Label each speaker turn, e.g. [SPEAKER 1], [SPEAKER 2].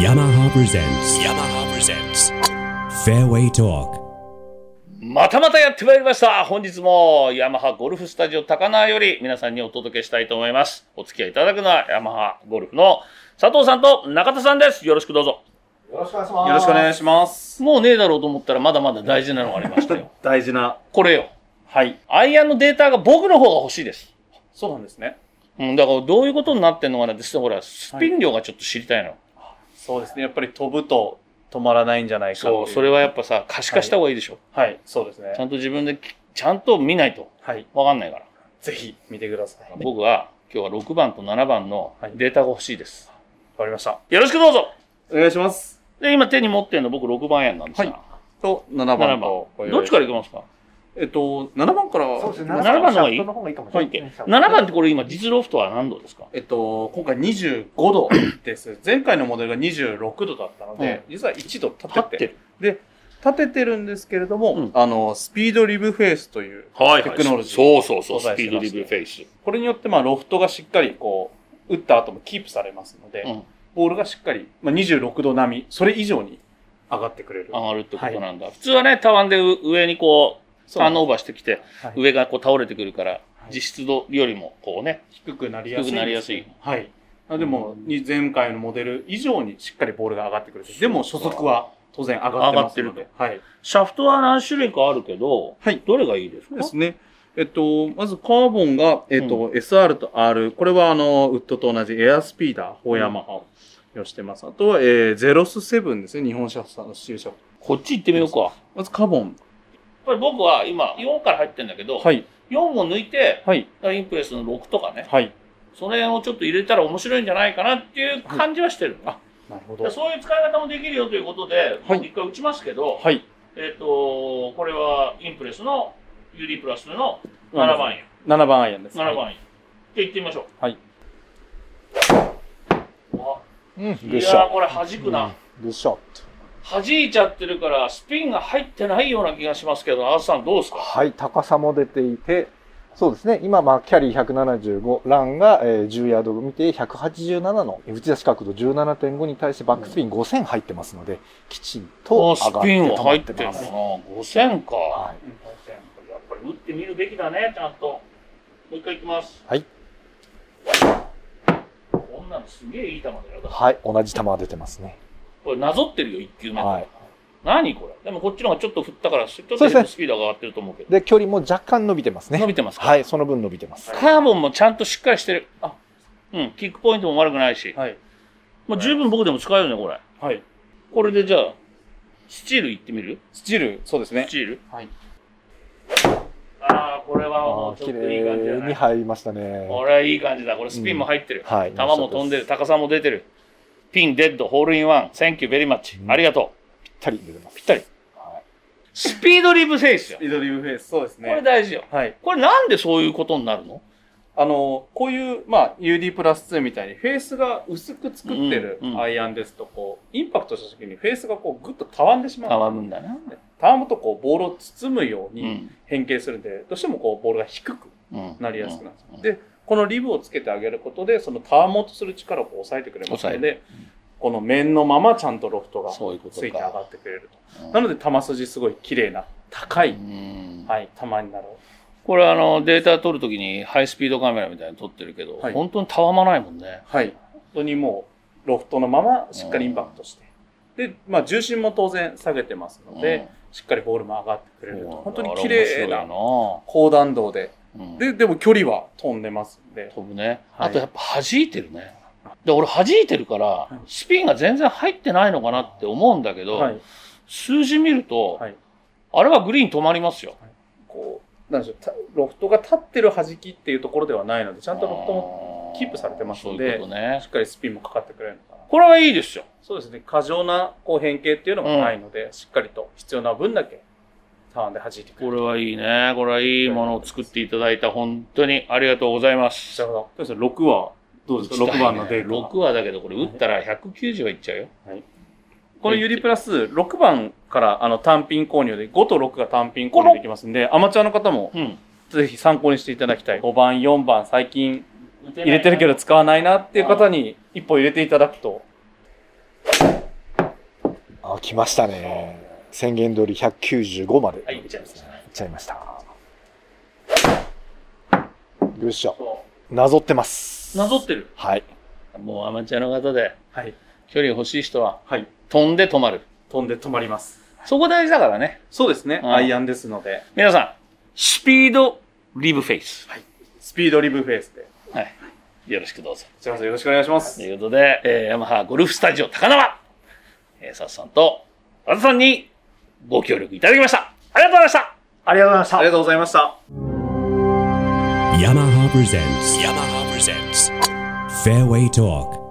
[SPEAKER 1] yamaha presents yamaha presents fairway talk
[SPEAKER 2] またまたやってまいりました。本日もヤマハゴルフスタジオ高輪より皆さんにお届けしたいと思います。お付き合いいただくのはヤマハゴルフの佐藤さんと中田さんです。よろしくどうぞ。
[SPEAKER 3] よろしくお願いします。
[SPEAKER 4] よろしくお願いします。
[SPEAKER 2] もうねえだろうと思ったらまだまだ大事なのがありました よ。
[SPEAKER 4] 大事な。
[SPEAKER 2] これよ。
[SPEAKER 4] はい。
[SPEAKER 2] アイアンのデータが僕の方が欲しいです。
[SPEAKER 4] そうなんですね。
[SPEAKER 2] うん、だからどういうことになってんのかなって、ほら、スピン量がちょっと知りたいの。
[SPEAKER 4] そうですね。やっぱり飛ぶと止まらないんじゃないかってい
[SPEAKER 2] そう、それはやっぱさ、可視化した方がいいでしょ。
[SPEAKER 4] はい。そうですね
[SPEAKER 2] ちゃ。んと自分でき、ちゃんと見ないと
[SPEAKER 4] はい。
[SPEAKER 2] わかんないから。
[SPEAKER 4] ぜひ見てください。わ
[SPEAKER 2] 僕は今日は6番と7番のデータが欲しいです。
[SPEAKER 4] かりました。
[SPEAKER 2] よろしくどうぞ
[SPEAKER 4] お願いします。
[SPEAKER 2] で、今手に持ってるの僕6番やんなんですが、
[SPEAKER 4] はいと、7
[SPEAKER 2] 7番。
[SPEAKER 4] 番
[SPEAKER 2] ど
[SPEAKER 4] と。
[SPEAKER 2] っちからいきますか
[SPEAKER 4] えっと、7番から。
[SPEAKER 3] そうですね。
[SPEAKER 2] 7番の方がいい
[SPEAKER 3] シャフトの方がいいかもしれないですね。
[SPEAKER 2] ?7 番ってこれ今実ロフトは何度ですか
[SPEAKER 4] えっと、今回25度 です。前回のモデルが26度だったので、実は1度立
[SPEAKER 2] 立
[SPEAKER 4] て
[SPEAKER 2] っててる。
[SPEAKER 4] 立ててるんですけれども、
[SPEAKER 2] うん
[SPEAKER 4] あの、スピードリブフェイスという、
[SPEAKER 2] はい
[SPEAKER 4] テクノロジー
[SPEAKER 2] そうそうそう、
[SPEAKER 4] 素
[SPEAKER 2] ス
[SPEAKER 4] 材
[SPEAKER 2] ピー
[SPEAKER 4] して
[SPEAKER 2] ド
[SPEAKER 4] ま
[SPEAKER 2] リ
[SPEAKER 4] す
[SPEAKER 2] ブルフェイス。
[SPEAKER 4] これによって、まあ、ロフトがしっかり、こう、打った後もキープされますので、
[SPEAKER 2] うん
[SPEAKER 4] ボールがしっかり、まあ、26度並み、それ以上に上がってくれる。
[SPEAKER 2] 上がるってことなんだ。普通はね、たわんでう上にこう、タ
[SPEAKER 4] そう
[SPEAKER 2] ーンオーバーしてきて、
[SPEAKER 4] はい
[SPEAKER 2] 上がこう倒れてくるから、
[SPEAKER 4] い
[SPEAKER 2] 実質度よりもこうね、
[SPEAKER 4] 低くなりやすい。
[SPEAKER 2] 低くなりやすい。
[SPEAKER 4] はい。あでも、に前回のモデル以上にしっかりボールが上がってくれて、でも初速は当然上がってます
[SPEAKER 2] 上
[SPEAKER 4] の
[SPEAKER 2] が
[SPEAKER 4] で。はい。
[SPEAKER 2] シャフトは何種類かあるけど、
[SPEAKER 4] はい
[SPEAKER 2] どれがいいですか
[SPEAKER 4] ですね。えっと、まずカーボンが、えっと、SR と R。これは、あの、ウッドと同じエアスピーダー、ホーヤマハを用意してます。あとは、えー、ゼロスセブンですね。日本車さんの支社。
[SPEAKER 2] こっち行ってみようか。やっ
[SPEAKER 4] まずカーボン。
[SPEAKER 2] ぱり僕は今4から入ってるんだけど、
[SPEAKER 4] はい。
[SPEAKER 2] 4を抜いて、
[SPEAKER 4] はい。
[SPEAKER 2] インプレスの6とかね、
[SPEAKER 4] はい。
[SPEAKER 2] その辺をちょっと入れたら面白いんじゃないかなっていう感じはしてる、
[SPEAKER 4] はいなるほ
[SPEAKER 2] で
[SPEAKER 4] ど。
[SPEAKER 2] そういう使い方もできるよということで、
[SPEAKER 4] はい
[SPEAKER 2] 僕一回打ちますけど、
[SPEAKER 4] はい。
[SPEAKER 2] えっ、と、これはインプレスの UD プラスの7番や、
[SPEAKER 4] 7番アイアンです。
[SPEAKER 2] 7番や。じゃあ行ってみましょう。
[SPEAKER 4] はい。
[SPEAKER 2] わ
[SPEAKER 3] うん。
[SPEAKER 2] いやーこれ弾くな、
[SPEAKER 3] グッショット。
[SPEAKER 2] 弾いちゃってるからスピンが入ってないような気がしますけど、アースさんどうですか
[SPEAKER 3] はい、高さも出ていて、そうですね。今、まあ、キャリー175、ランが、えー10ヤード見て、187の打ち出し角度17.5に対してバックスピン5000入ってますので、きちんと
[SPEAKER 2] あ
[SPEAKER 3] 上
[SPEAKER 2] ス
[SPEAKER 3] がって
[SPEAKER 2] ピンは
[SPEAKER 3] 止ま
[SPEAKER 2] 入っ
[SPEAKER 3] ってて
[SPEAKER 2] るの
[SPEAKER 3] ま
[SPEAKER 2] か
[SPEAKER 3] す
[SPEAKER 2] な。5000か。
[SPEAKER 3] はい
[SPEAKER 2] やっぱり打ってみるべきだね、ちゃんと。もう一回いきます。
[SPEAKER 3] はい。
[SPEAKER 2] こんなのすげえいい球だよ。だから
[SPEAKER 3] はい、同じ球が出てますね。
[SPEAKER 2] これなぞってるよ、1球目。
[SPEAKER 3] はい。
[SPEAKER 2] 何これ。でもこっちの方がちょっと振ったから、ちょっと
[SPEAKER 3] そうですね
[SPEAKER 2] スピードが上がってると思うけど。
[SPEAKER 3] で、距離も若干伸びてます
[SPEAKER 2] 伸
[SPEAKER 3] ね。
[SPEAKER 2] びてますか、
[SPEAKER 3] はい、その分伸びてます。
[SPEAKER 2] カーボンもちゃんとしっかりしてる。あ、うん、キックポイントも悪くないし。
[SPEAKER 4] はい。
[SPEAKER 2] もう十分僕でも使えるね、これ。
[SPEAKER 4] はい。
[SPEAKER 2] これでじゃあ、スチールいってみる
[SPEAKER 4] スチール、そうですね
[SPEAKER 2] ス。チール
[SPEAKER 4] はい。
[SPEAKER 2] ああ、これはも
[SPEAKER 3] あ
[SPEAKER 2] う
[SPEAKER 3] ー
[SPEAKER 2] ちょっ
[SPEAKER 3] 綺
[SPEAKER 2] といい感じだ
[SPEAKER 3] 麗に
[SPEAKER 2] ね。
[SPEAKER 3] 入りましたね。
[SPEAKER 2] これはいい感じだ。これスピンも入ってる。
[SPEAKER 3] はい。
[SPEAKER 2] 球も飛んでる、高さも出てる。ピン、デッド、ホールインワン、センキュー、ベリーマッチ
[SPEAKER 3] う。ん
[SPEAKER 2] ありがと
[SPEAKER 3] ぴったり出てます。
[SPEAKER 2] ぴったり
[SPEAKER 3] は
[SPEAKER 2] う。スピードリブフェイスよ。こ
[SPEAKER 4] リドリブフェイス、そうですね。
[SPEAKER 2] れ大事よ。
[SPEAKER 4] はい。
[SPEAKER 2] これなんでそういうことになるの
[SPEAKER 4] あの、こういう、まあ、UD プラス2みたいに、フェースが薄く作ってる
[SPEAKER 2] うんうん
[SPEAKER 4] アイアンですと、こう、インパクトした時にフェースがこう、ぐっとたわんでしまう。
[SPEAKER 2] たわむんだな。
[SPEAKER 4] たわむと、こう、ボールを包むよう
[SPEAKER 2] う
[SPEAKER 4] に
[SPEAKER 2] ん。
[SPEAKER 4] 変形するんで、どうしてもこう、ボールが低く
[SPEAKER 2] うん
[SPEAKER 4] なりやすくなる。
[SPEAKER 2] うん
[SPEAKER 4] で、このリブをつけてあげることで、そのたわもうとする力をこう抑えてくれますの
[SPEAKER 2] 抑
[SPEAKER 4] で、この面のままちゃんとロフトが
[SPEAKER 2] そういうことか
[SPEAKER 4] ついて上がってくれる
[SPEAKER 2] う
[SPEAKER 4] と。
[SPEAKER 2] ん
[SPEAKER 4] なので、球筋すごい綺麗な、高
[SPEAKER 2] う
[SPEAKER 4] い、
[SPEAKER 2] ん
[SPEAKER 4] はい、球になる。
[SPEAKER 2] これあの、データ取るときにハイスピードカメラみたいに撮ってるけど、
[SPEAKER 4] はい
[SPEAKER 2] 本当にたわまないもんね。
[SPEAKER 4] はい。本当にもう、ロフトのまましっかりインパクトして。で、まあ、重心も当然下げてますので、しっかりボールも上がってく
[SPEAKER 2] う
[SPEAKER 4] れ
[SPEAKER 2] ん、
[SPEAKER 4] ると。
[SPEAKER 2] そう
[SPEAKER 4] 本当に綺麗
[SPEAKER 2] あれ
[SPEAKER 4] な
[SPEAKER 2] 面
[SPEAKER 4] 高弾道で。
[SPEAKER 2] 白いな。で、
[SPEAKER 4] で、でも距離は飛んでますんで。
[SPEAKER 2] 飛ぶね。
[SPEAKER 4] はい
[SPEAKER 2] あとやっぱ弾いてるね。で、俺弾いてるから、スピンが全然入ってないのかなって思うんだけど、
[SPEAKER 4] はい。
[SPEAKER 2] 数字見ると、
[SPEAKER 4] はい
[SPEAKER 2] あれはグリーン止まりますよ。
[SPEAKER 4] こう、なんでしょうた、ロフトが立ってる弾きっていうところではないので、ちゃんとロフトも
[SPEAKER 2] も
[SPEAKER 4] キープされてますので
[SPEAKER 2] そういうことね
[SPEAKER 4] し。っかりスピンもかかってくれるのかな。
[SPEAKER 2] これはいいですよ。
[SPEAKER 4] そうですね。過剰なこう変形っていうのがないので、しっかりと必要な分だけターンで弾いてくれ
[SPEAKER 2] こ
[SPEAKER 4] る。
[SPEAKER 2] れはいいね。これはいいものを作っていただいた。本当にありがとうございま
[SPEAKER 4] な
[SPEAKER 2] す。
[SPEAKER 4] るほど。そうですね。6は、どうですか ?6 番のデータは。
[SPEAKER 2] 6はだけど、これ打ったら190はいっちゃうよ。
[SPEAKER 4] このユリプラス6番からあの単品購入で、5と6が単品購入できますんで、アマチュアの方も
[SPEAKER 2] うん。
[SPEAKER 4] ぜひ参考にしていただきたい。5番、4番、最近入れてるけど使わないなっていう方に一歩入れていただくと。
[SPEAKER 3] あ、来ましたね。宣言通り195まで。
[SPEAKER 2] はい、いっちゃいました。
[SPEAKER 3] いっちゃいました。よいしょ。
[SPEAKER 2] そ
[SPEAKER 3] なぞってます。
[SPEAKER 2] うなぞってる。
[SPEAKER 3] はい。
[SPEAKER 2] もうアマチュアの方で、
[SPEAKER 4] はい。
[SPEAKER 2] 距離欲しい人は、
[SPEAKER 4] はい。
[SPEAKER 2] 飛んで止まる。
[SPEAKER 4] 飛んで止まります。
[SPEAKER 2] そこ大事だからね。
[SPEAKER 4] そうですね。
[SPEAKER 2] うん
[SPEAKER 4] アイアンですので。
[SPEAKER 2] 皆さん、スピードリブフェイス。
[SPEAKER 4] スピードリブフェイスで。
[SPEAKER 2] はい。よろしくどうぞ。
[SPEAKER 4] すいません。よろしくお願いしま
[SPEAKER 2] と
[SPEAKER 4] す。
[SPEAKER 2] いうことで、えーヤマハゴルフスタジオ高輪、えー、サツさんと、和田さんにご協力いただきました。ありがとうございました。
[SPEAKER 3] ありがとうございました
[SPEAKER 4] ありがとうございました。
[SPEAKER 1] yamaha presents yamaha presents fairway talk